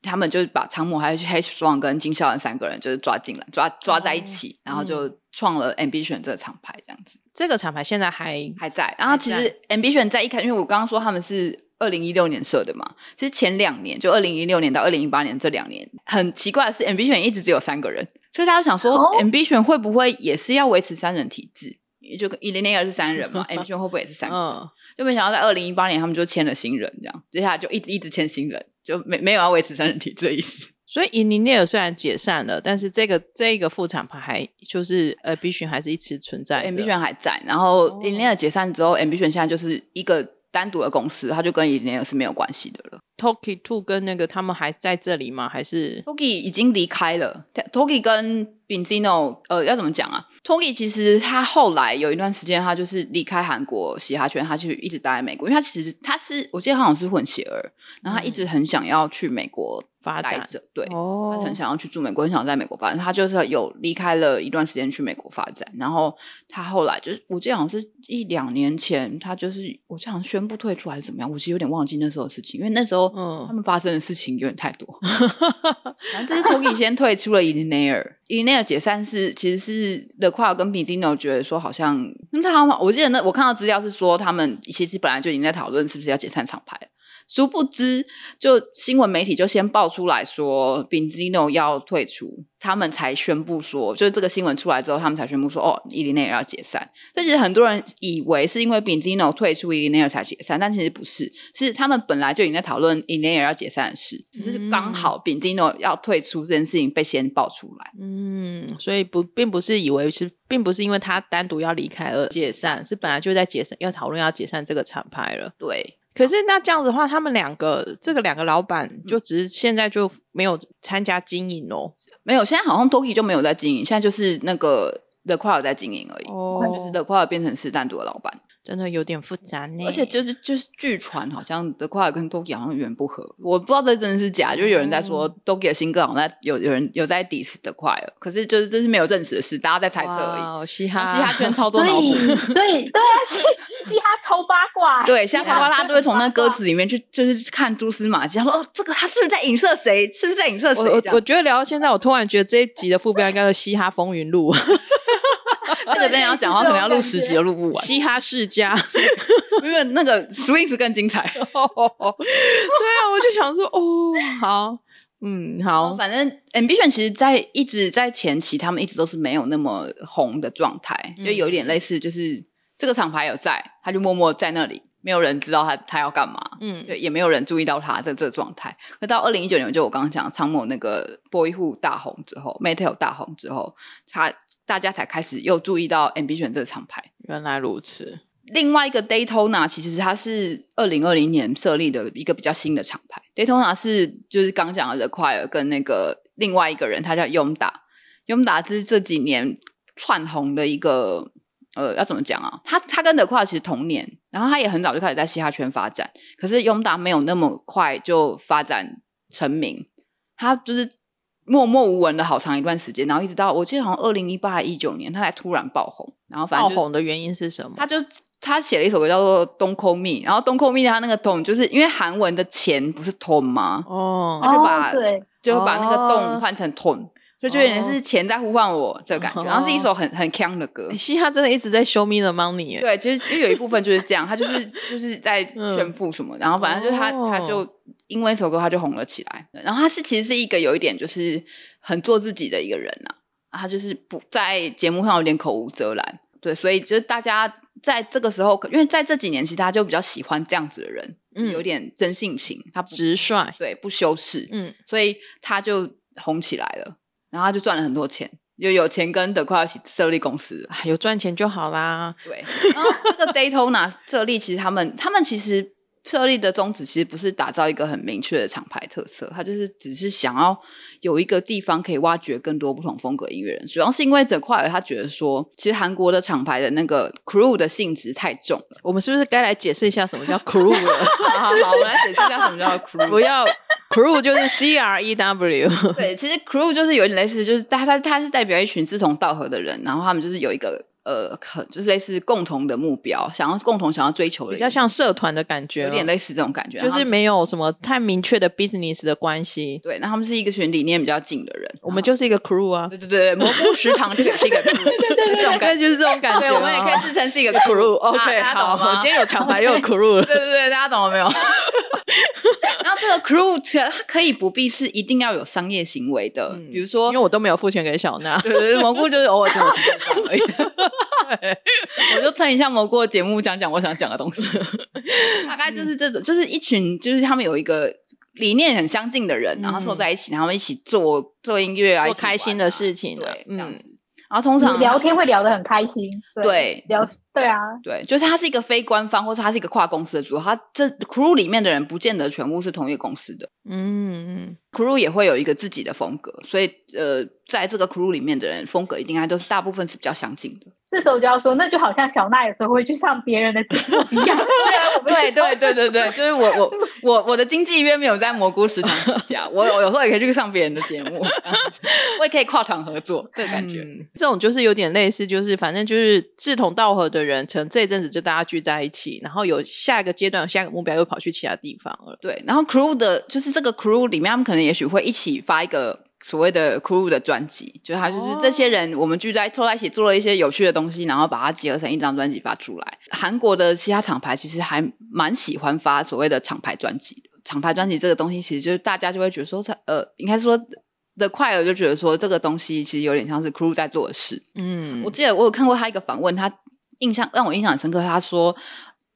他们就是把长某还有 Hash Strong 跟金孝恩三个人就是抓进来，抓抓在一起，然后就创了 Ambition 这个厂牌，这样子
这个厂牌现在还
还在。然后其
还
实 Ambition 在一开，因为我刚刚说他们是。二零一六年设的嘛，其实前两年就二零一六年到二零一八年这两年，很奇怪的是，Ambition 一直只有三个人，所以大家想说、
哦
a m b i t i o n 会不会也是要维持三人体制？就跟 e l i n a 是三人嘛，Ambition 会不会也是三个人？
嗯，
就没想到在二零一八年他们就签了新人，这样接下来就一直一直签新人，就没没有要维持三人体制的意 思。
所以尹尼涅尔虽然解散了，但是这个这个副厂牌还就是呃 B 群还是一直存在
MB
着。
选还在，然后
哦
i n l 解散之后，MB 选现在就是一个单独的公司，它就跟 i n l 是没有关系的了。
Toki Two 跟那个他们还在这里吗？还是
Togi 已经离开了，Togi 跟 Benzino 呃要怎么讲啊？Togi 其实他后来有一段时间，他就是离开韩国嘻哈圈，他去一直待在美国，因为他其实他是我记得他好像是混血儿，然后他一直很想要去美国
发
待
展？
着，对，他
哦
很，想要去住美国，很想在美国发展。他就是有离开了一段时间去美国发展，然后他后来就是，我记得好像是一两年前，他就是我记得好像宣布退出还是怎么样，我其实有点忘记那时候的事情，因为那时候他
嗯，
们发生的事情有点太多。反正就是 Togi 先退出了 i l i n a i r i l i n a i r 解散是其实是 The q u a 跟 b i z i n o 觉得说好像，那他们我记得那我看到资料是说他们其实本来就已经在讨论是不是要解散厂牌，殊不知就新闻媒体就先爆出来说 b i z i n o 要退出，他们才宣布说，就是这个新闻出来之后，他们才宣布说哦 i l i n a i r 要解散。所以其实很多人以为是因为 Benzino 退出 i l i n a i r 才解散，但其实不是，是他们本来就已经在讨论 i l i n a i r 要解散的事，只是刚好 Benzino 要退出这件事情被先爆出来。
嗯，所以不并不是以为是，并不是因为他单独要离开而解散，是本来就在解散，要讨论要解散这个厂牌了。
对，
可是那这样子的话，他们两个这个两个老板
嗯
就只是现在就没有参加经营哦。
没有，现在好像 Toki 就没有在经营，现在就是那个 The Choir 在经营而
哦
已，就是 The Choir 变成斯坦杜的老板，
真的有点复杂呢。
哦而且就是就是据传好像 The Choir 跟 Doki 好像有点不合，我不知道这真的是假，就是有人在说 Doki 的新歌好像在有有人有在 diss The Choir，可是就是这是没有证实的事，大家在猜测而已。
哇哦，嘻
然
哈
后嘻哈圈超多
所
脑补
以，所以对啊，嘻嘻哈超八卦， 啊
对， 像巴巴拉
真的
都会从那
八
歌
卦
词里面去，就是看蛛丝马迹。他说：“哦，这个他是不是在影射谁？是不是在影射谁
我我？”
这
我
样
觉得聊到现在，我突然觉得这一集的副标应该是《嘻哈风云录》，
那个真的要讲的话，可能要录十集都录不 完，
嘻哈世家。
因为那个 Swings 更精彩。
对啊，我就想说，哦，好，嗯，好，
反正 Ambition 其实，在一直在前期，他们一直都是没有那么红的状态，就有点类似，就是这个厂牌有在，他就默默在那里，没有人知道他他要干嘛。
嗯，
对，也没有人注意到他在这个状态。可到二零一九年，就我刚刚讲仓某那个 Boy Who 大红之后，Metal 大红之后，他大家才开始又注意到 Ambition 这个厂牌。
原来如
哦
此。
另外一个 Daytona 其实它是二零二零年设立的一个比较新的厂牌。Daytona 是就是刚讲的 The Choir 跟那个另外一个人，他叫 Yomda。Yomda 是这几年窜红的一个呃，要怎么讲啊？他他跟 The Choir 其实同年，然后他也很早就开始在嘻哈圈发展，可是 Yomda 没有那么快就发展成名，他就是。默默无闻的好长一段时间，然后一直到我记得好像二零一八一九年，他才突然爆红，然后反
爆
正就
红的原因是什么？
他就他写了一首歌叫做《Don't Call Me》，然后《Don't Call Me》他那个 “don” 就是因为韩文的钱不是 “ton” 吗？
哦，
他就
哦
把
对，
就把那个
哦
“don” 换成 “ton”，就就有点是钱在呼唤我的感觉。
哦
然后是一首很很强的歌
欸，嘻哈真的一直在 show me the money 耶。
对，啊其实因为有一部分就是这样，他就是就是在炫富什么，然后反正就是他
嗯哦
他就因为一首歌他就红了起来。然后他是其实是一个有一点就是很做自己的一个人呐、啊，他就是不在节目上有点口无遮拦，对，所以就是大家在这个时候，因为在这几年其实大家就比较喜欢这样子的人，
嗯
有点真性情，他不
直率，
对不修饰，
嗯，
所以他就红起来了，然后他就赚了很多钱，就有钱跟德快一起设立公司了。
哎有赚钱就好啦。
对，然后哦这个 Daytona 设立，其实他们他们其实设立的宗旨其实不是打造一个很明确的厂牌特色，它就是只是想要有一个地方可以挖掘更多不同风格音乐人。主要是因为整块尔他觉得说，其实韩国的厂牌的那个 crew 的性质太重了。
我们是不是该来解释一下什么叫 crew 了？
好好好，我们来解释一下什么叫 crew
不要 crew 就是 C R E W，
对，其实 crew 就是有点类似，就是他他他是代表一群志同道合的人，然后他们就是有一个呃，可就是类似共同的目标，想要共同想要追求的，
比较像社团的感觉，哦
有点，类似这种感觉，
就
然后
是没有什么太明确的 business 的关系。
对，那他们是一个群理念比较近的人，
我们就是一个 crew 啊，
对对对，蘑菇食堂这个也是一个 crew，这种
大
感
概
觉。
就是这种感觉
对，
啊。
我们也可以自称是一个 crew。
crew。OK，
大家懂
好，
吗
我今天有厂牌又有 crew 了。
对对对，大家懂了没 有？然后这个 crew 其实它可以不必是一定要有商业行嗯为的，比如说
因为我都没有付钱给小娜，
对对对，蘑菇就是偶尔请我吃顿饭 而已。我就蹭一下蘑菇的节目，讲讲我想讲的 东西。大概就是这种，就是一群，就是他们有一个理念很相近的人，然后凑在一起，然后他们一起做嗯做音乐啊，
做
一起
开心
玩
的
啊
事情啊
对，这样
嗯
子。然后通常啊
聊天会聊得很开心，
对
聊对啊，
对，就是它是一个非官方，或者它是一个跨公司的组合。它这 crew 里面的人不见得全部是同一个公司的
嗯嗯，
crew，也会有一个自己的风格。所以呃，在这个 crew 里面的人风格，一定还都是大部分是比较相近的。
这时候就要说，那就好像小娜有时候会去上别人的节目一 样，虽然我们哦
对对
哦
对对 对，就是我我我我的经纪约没有在蘑菇食堂底下，我我有时候也可以去上别人的节目，这样子我也可以跨团合作，这个感觉。
嗯这种就是有点类似，就是反正就是志同道合的人，可能这一阵子就大家聚在一起，然后有下一个阶段、有下一个目标，又跑去其他地方了。
对，然后 crew 的，就是这个 crew 里面，他们可能也许会一起发一个所谓的 crew 的专辑，就是他就是
哦
这些人，我们聚在凑在一起做了一些有趣的东西，然后把它结合成一张专辑发出来。韩国的其他厂牌其实还蛮喜欢发所谓的厂牌专辑的，厂牌专辑这个东西，其实就是大家就会觉得说，呃，应该说。的快乐就觉得说这个东西其实有点像是 crew 在做的事，
嗯
我记得我有看过他一个访问，他印象让我印象很深刻。他说，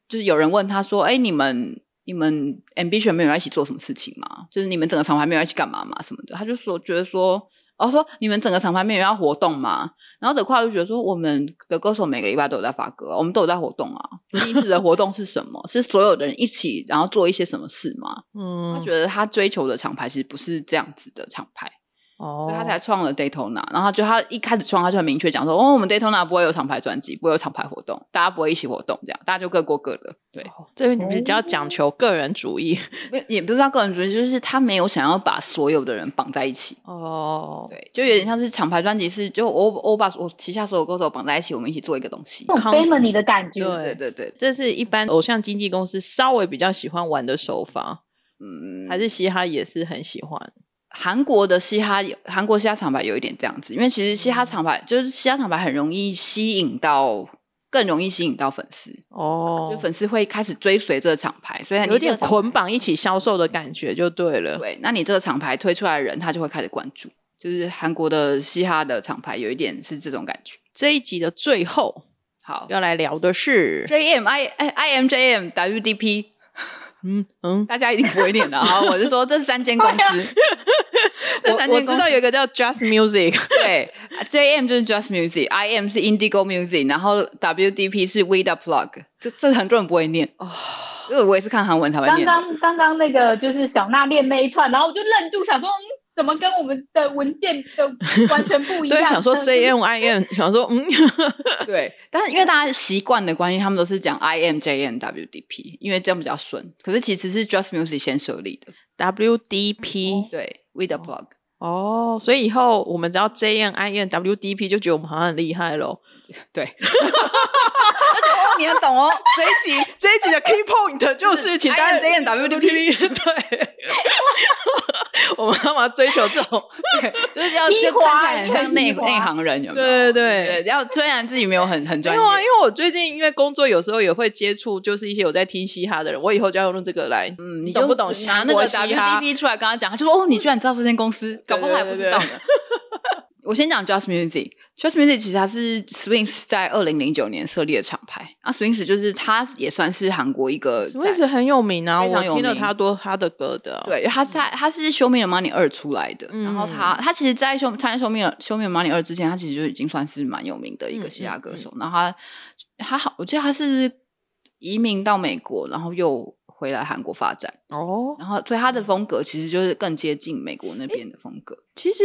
就是有人问他说：“哎、你们你们 ambition 没有要一起做什么事情吗？就是你们整个厂牌没有要一起干嘛嘛什么的？”他就说觉得说。然后说你们整个厂牌没有要活动吗？然后的话就觉得说，我们的歌手每个礼拜都有在发歌，我们都有在活动啊。你指的活动是什么？是所有的人一起，然后做一些什么事吗？他
嗯，
觉得他追求的厂牌其实不是这样子的厂牌，
哦
所以他才创了 Daytona。然后就他一开始创，他就很明确讲说，哦，我们 Daytona 不会有厂牌专辑，不会有厂牌活动，大家不会一起活动，这样大家就各过各的。对，
这边比较讲求个人 主义
没也不是他个人主义，就是他没有想要把所有的人绑在一起。
哦。
对，就有点像是厂牌专辑是，就我我把我旗下所有歌手绑在一起，我们一起做一个东西。
那种 family 的感觉。
对
对
对对，
这是一般偶像经纪公司稍微比较喜欢玩的手法，
嗯，
还是嘻哈也是很喜欢。
韩国的嘻哈，韩国嘻哈厂牌有一点这样子，因为其实嘻哈厂牌就是嘻哈厂牌很容易吸引到，更容易吸引到粉丝，
哦
就粉丝会开始追随这个厂牌，所以你
有
这个
点捆绑一起销售的感觉就对了。
对，那你这个厂牌推出来的人，他就会开始关注。就是韩国的嘻哈的厂牌有一点是这种感觉。
这一集的最后
好
要来聊的是，
，J M I I I M J M W D P，
嗯嗯，
大家一定不会念的 啊！我是说这三间公司， 这三
我我
间公
知
司
道有一个叫 Just Music，
对，J M 就是 Just Music，I M 是 Indigo Music，然后 W D P 是 Vida Plug，这这很多人不会念哦，因为我也是看韩文才会
刚
念的。
刚刚刚那个就是小娜练那一串，然后我就愣住，想说、嗯、怎么跟我们的文件的完全不一样？
啊
对，想说 J M I M，想说嗯，
对，但是因为大家习惯的关系，他们都是讲 I M J M W D P，因为这样比较顺。可是其实是 Just Music 先设立的，
WDP
对，Vida Plug。
哦，所以以后我们只要 J N I N W D P 就觉得我们好像很厉害咯。
对，那就哦，你很懂哦。
这一集这一集的 key point 就是请大
I
家
M J M W D P，
对， 我们干嘛追求这种？
就是要
一
就
滑
看起来很像内
一滑
内行人，有没有？
对对 对
对，要虽然自己没有很很
没
专业
有，啊，因为我最近因为工作，有时候也会接触，就是一些有在听嘻哈的人，我以后就要用这个来。
嗯，
你
你
懂
就
不懂
拿
韩
那
国
个
嘻哈
WDP 出来跟他讲，他就说：“哦，你居然知道这间公司，搞不好还
对
不
对
知道呢。”我先讲 Just Music。Just Music 其实它是 Swings 在二零零九年设立的厂牌。啊，Swings 就是它也算是韩国一个在，
史密斯很有名啊，
非常
我
有
听了
名
他多他的歌的啊。
对，因为它在它是《Show Me the Money 二》出来的，
嗯
然后它它其实在《Show 参加《Show Me the Show Me the Money 二》之前，它其实就已经算是蛮有名的一
嗯
个嘻哈歌手。然后他他好，我记得他是移民到美国，然后又回来韩国发展。
哦，
然后，所以他的风格其实就是更接近美国那边的风格。
其实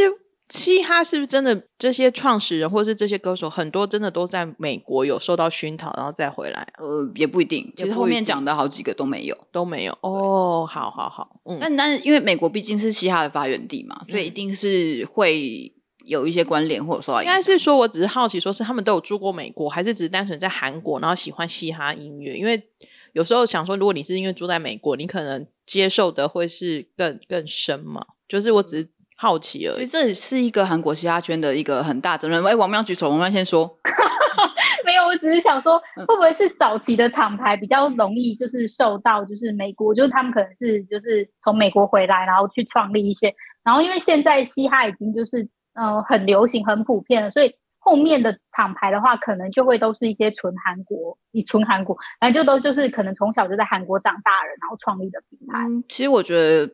嘻哈是不是真的这些创始人或是这些歌手，很多真的都在美国有受到熏陶，然后再回来
呃，也不一定，
也
其实
不
后
一
面
定
讲的好几个都没有。
都没有。哦，好好好，嗯，
但但是因为美国毕竟是嘻哈的发源地嘛，所以一定是会有一些关联或者说
应该是说我只是好奇，说是他们都有住过美国，还是只是单纯在韩国，然后喜欢嘻哈音乐？因为有时候想说，如果你是因为住在美国，你可能接受的会是更更深嘛。就是我只是好奇而
所以
已。
这也是一个韩国嘻哈圈的一个很大争论。哎，王妙举手，王妙先说。
没有，我只是想说，
嗯
会不会是早期的厂牌比较容易，就是受到就是美国，就是他们可能是就是从美国回来，然后去创立一些，然后因为现在嘻哈已经就是呃很流行、很普遍了，所以后面的厂牌的话，可能就会都是一些纯韩国，以纯韩国，然后就都就是可能从小就在韩国长大的人，然后创立的品牌。
嗯，其实我觉得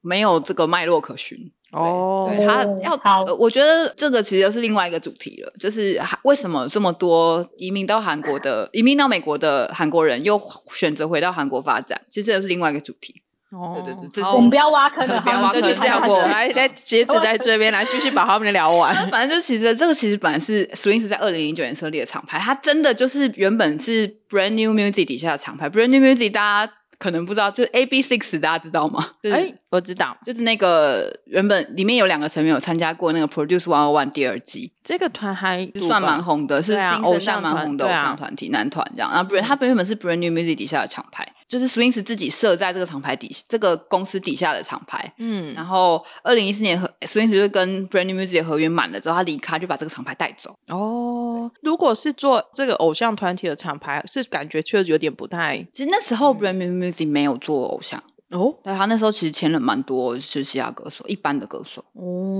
没有这个脉络可循。
哦
对他
哦
要、
好
呃我觉得这个其实又是另外一个主题了，就是韩为什么这么多移民到韩国的、移民到美国的韩国人又选择回到韩国发展，其实这又是另外一个主题。
哦
对对对这
好
是
我们不要挖坑了，
不要
好
挖
那
坑
就
了
这样
太
子
过，分了
来来截止在这边，来继续把他们聊 完。
反正就其实这个其实本来是 Swings 在二零零九年设立的厂牌，它真的就是原本是 Brand New Music 底下的厂牌。Brand New Music 大家可能不知道，就是 A B Six 大家知道吗？就是、
哎，我知道
就是那个原本里面有两个成员有参加过那个 Produce One One 第二季，
这个团还
算蛮红的，是
对
新
啊
生代
偶像团
蛮红的偶
对啊嗯
像团体、男团这样。然后 Brand 他原本是 Brand New Music 底下的厂牌，就是 Swings 自己设在这个厂牌底这个公司底下的厂牌。
嗯，
然后二零一四年和 Swings 就是跟 Brand New Music 的合约满了之后，他离开就把这个厂牌带走。
哦，如果是做这个偶像团体的厂牌，是感觉确实有点不太
其实那时
嗯
候 Brand New Music 没有做偶像，
哦，
对他那时候其实签了蛮多就是嘻哈歌手，一般的歌手。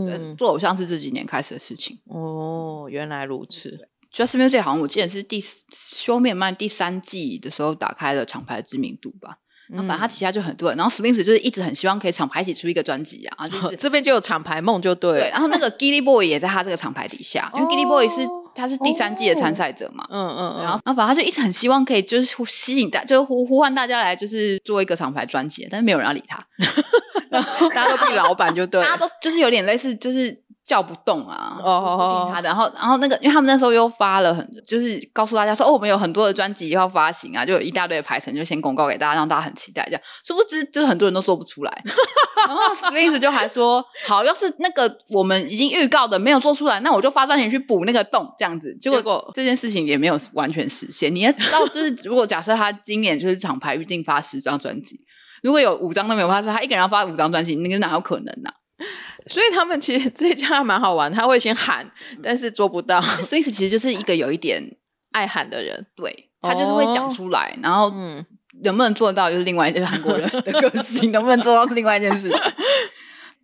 对，
嗯，
做偶像是这几年开始的事情。
哦，原来如此，
Just Music 好像我记得是第四修面曼第三季的时候打开了厂牌的知名度吧。然
嗯
后反正他旗下就很多人，然后 Swings 就是一直很希望可以厂牌一起出一个专辑啊， 就是
这边就有厂牌梦就对
对。
了，
然后那个 Gilly Boy 也在他这个厂牌底下，因为 Gilly Boy 是他是第三季的参赛者嘛。
嗯哦嗯
然后
嗯，，
然后反正他就一直很希望可以，就是呼吸引大，就是呼呼唤大家来，就是做一个厂牌专辑，但是没有人要理他，
大家都比老板就 对
大家
了，
都就是有点类似，就是叫不动啊，
哦哦哦
不听他的。然后，然后那个，因为他们那时候又发了很，就是告诉大家说，哦，我们有很多的专辑要发行啊，就有一大堆的排程，就先公告给大家，让大家很期待。这样，殊不知，就很多人都做不出来。然后 Sphinx 就还说，好，要是那个我们已经预告的没有做出来，那我就发专辑去补那个洞，这样子。结果
结果
这件事情也没有完全实现。你要知道，就是如果假设他今年就是厂牌预定发十张专辑。如果有五张都没有发，他一个人要发五张专辑，那个哪有可能啊呢、
所以他们其实这家还蛮好玩，他会先喊，
嗯
但是做 不到，
所以其实就是一个有一点
爱喊的人。
对他就是会讲出来，然后
哦嗯，
能不能做到就是另外一件韩国人的个性，能不能做到是另外一件事。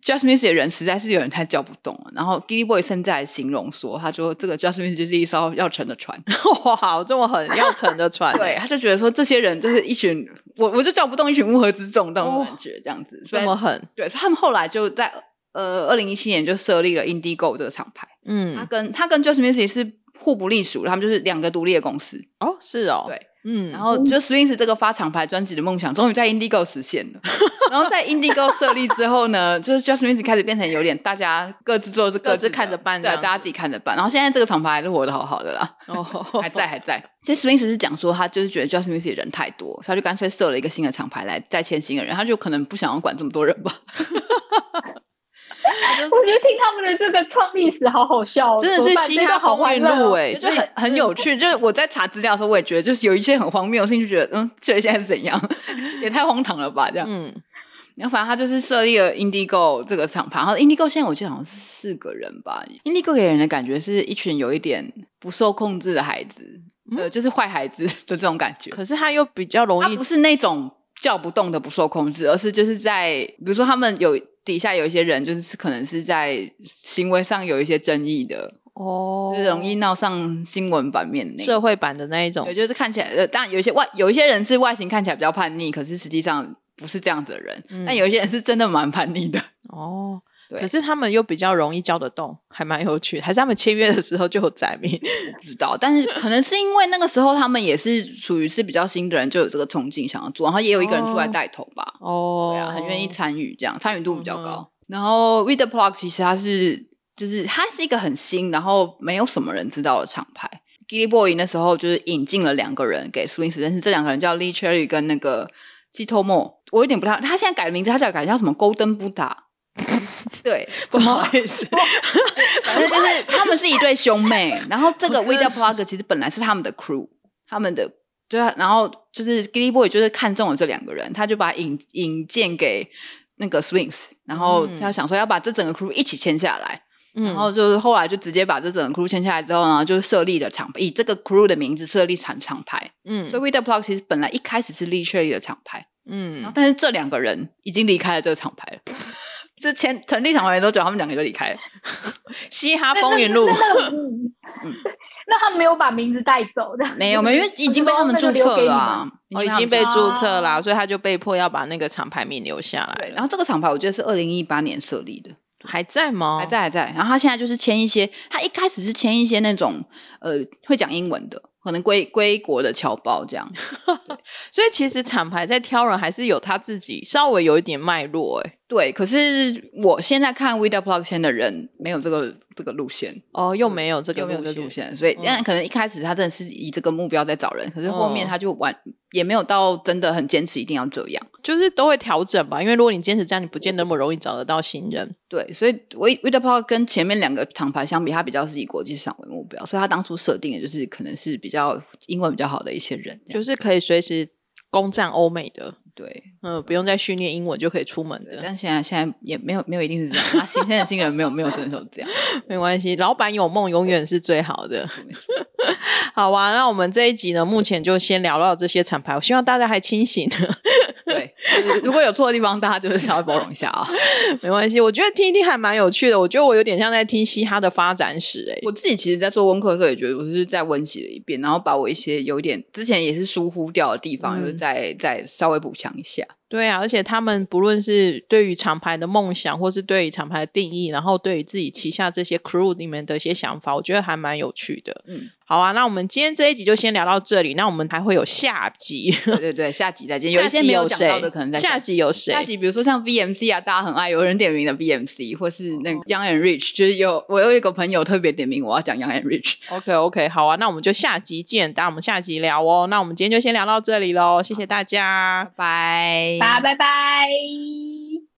Just Miss 的人实在是有人太叫不动了，然后 Gilly Boy 甚至还形容说，他说这个 Just Miss 就是一艘要沉的船，
哇，这么狠，要乘 着船。欸
对，，他就觉得说这些人就是一群我我就叫不动一群乌合之众那种感觉，这样子，所
这
以
么狠。
对，所以他们后来就在呃二零一七年就设立了 Indigo 这个厂牌，他
嗯，
跟他跟 Just Miss 是互不隶属的，他们就是两个独立的公司，
哦，是哦，
对，
嗯，
然后就 Swings 这个发厂牌专辑的梦想，终于在 Indigo 实现了。 然后在 Indigo 设立之后呢，就是 Just Swings 开始变成有点大家各自做是
各
自
自
的
看着办这
对，啊
样
大家
子
自己看着办。然后现在这个厂牌还是活得好好的啦，
哦，
还在还 在。其实 Swings 是讲说他就是觉得 Just Swings 人太多，他就干脆设了一个新的厂牌来再签新的人，他就可能不想要管这么多人吧。他就
我觉得听他们的这个创历史好好笑、哦，
真的是
怎么办
嘻哈
真的好
风
欢
云
乐哦
录 哎，
就很很有趣，就是我在查资料的时候，我也觉得就是有一些很荒谬的事情，就觉得嗯，这现在是怎样， 也太荒唐了吧，这样。
嗯，
然后反正他就是设立了 Indigo 这个厂牌，然后 Indigo 现在我记得好像是四个人吧。Indigo 给人的感觉是一群有一点不受控制的孩子，呃，就是坏孩子的这种感觉。
嗯可是他又比较容
他
易
不是那种叫不动的不受控制，而是就是在比如说他们有底下有一些人，就是可能是在行为上有一些争议的，
哦
就是容易闹上新闻版面的那种。
社会版的那一种
对，，就是看起来，呃，当然有一些外有一些人是外形看起来比较叛逆，可是实际上不是这样子的人。
嗯
但有一些人是真的蛮叛逆的。
哦。
对
可是他们又比较容易叫得动，还蛮有趣。还是他们签约的时候就有载 明，
不知道，但是可能是因为那个时候他们也是属于是比较新的人，就有这个冲劲想要做，然后也有一个人出来带头吧，
哦，
对啊，很愿意参与，这样参与度比较高。然后 With the Plug 其实它是就是它是一个很新，然后没有什么人知道的厂牌。Gilly Boy 那时候就是引进了两个人给 Swing 认识，这两个人叫 Lee Cherry 跟那个 g i t o Mo，我有点不太，他现在改了名字，他叫改叫什么 Golden Buddha。对，
哦 不好意思，
反正就是 他们是一对兄妹，然后这个
我真
We
的
The
是
Plug 其实本来是他们的 crew，他们的对啊，然后就是 Gilly Boy 就是看中了这两个人，他就把引引荐给那个 Swings，然后
嗯
他想说要把这整个 crew 一起签下来，
然
然后就是后来就直接把这整个 crew 签下来之后呢，就设立了厂，以这个 crew 的名字设立厂厂牌，
嗯
所 以 We The Plug 其实本来一开始是 Lee Cherry 的厂牌，然后
嗯，
但是这两个人已经离开了这个厂牌了。 就前成立厂牌没多久，他们两个就离开了。
嘻哈 风 云录
那，那那嗯
嗯
那他没有把名字带走的，
没有没有，因为已经被他们注册了 啊，
哦，
被
已
他们
经被
注
注册啦，所以他就被迫要把那个厂牌名留下来
对。
了，
然后这个厂牌我觉得是二零一八年设立的，
还在吗？
还在还在。然后他现在就是签一些，他一开始是签一些那种呃会讲英文的，可能归归国的侨胞这样。
所以其实厂牌在挑人还是有他自己稍微有一点脉络、欸，
对，可是我现在看 w i d a Plug 签的人没有这个这个路线，
哦，又没有这个
有没有这
路
路
线，
线？所以当
嗯
然可能一开始他真的是以这个目标在找人，可是后面
嗯
他就完也没有到真的很坚持一定要这样。
就是都会调整吧。因为如果你坚持这样，你不见得那么容易找得到新人。
对，所以 We We the Plug 跟前面两个厂牌相比，它比较是以国际市场为目标，所以它当初设定的就是可能是比较英文比较好的一些人，就
就是可以随时攻占欧美的，
对
嗯，不用再训练英文就可以出门
对。
的，
但现在现在也没有没有一定是这样，他新现在新人没有没有真的都这样，
没关系，老板有梦永远是最好的。
没错
好啊，那我们这一集呢，目前就先聊到这些厂牌，我希望大家还清醒。
对，就是如果有错的地方，大家就是稍微包容一下啊。
没关系，我觉得听一听还蛮有趣的。我觉得我有点像在听嘻哈的发展史、欸，
我自己其实，在做功课的时候，也觉得我是在温习了一遍，然后把我一些有点之前也是疏忽掉的地方，
嗯
就是再再稍微补强一下。
对啊，而且他们不论是对于厂牌的梦想，或是对于厂牌的定义，然后对于自己旗下这些 crew 里面的一些想法，我觉得还蛮有趣的。
嗯，
好啊，那我们今天这一集就先聊到这里，那我们还会有下集。
对对对，下集再见。有一
下集
些没
有
有讲到
谁
的，可能人在讲
下集有谁？
下集比如说像 BMC 啊，大家很爱有人点名的 BMC，或是那
哦
个 Young and Rich，就是有我有一个朋友特别点名我要讲 Young and Rich。
OK OK，好啊，那我们就下集见，大家我们下集聊哦。那我们今天就先聊到这里喽，谢谢大家，
拜
拜拜拜。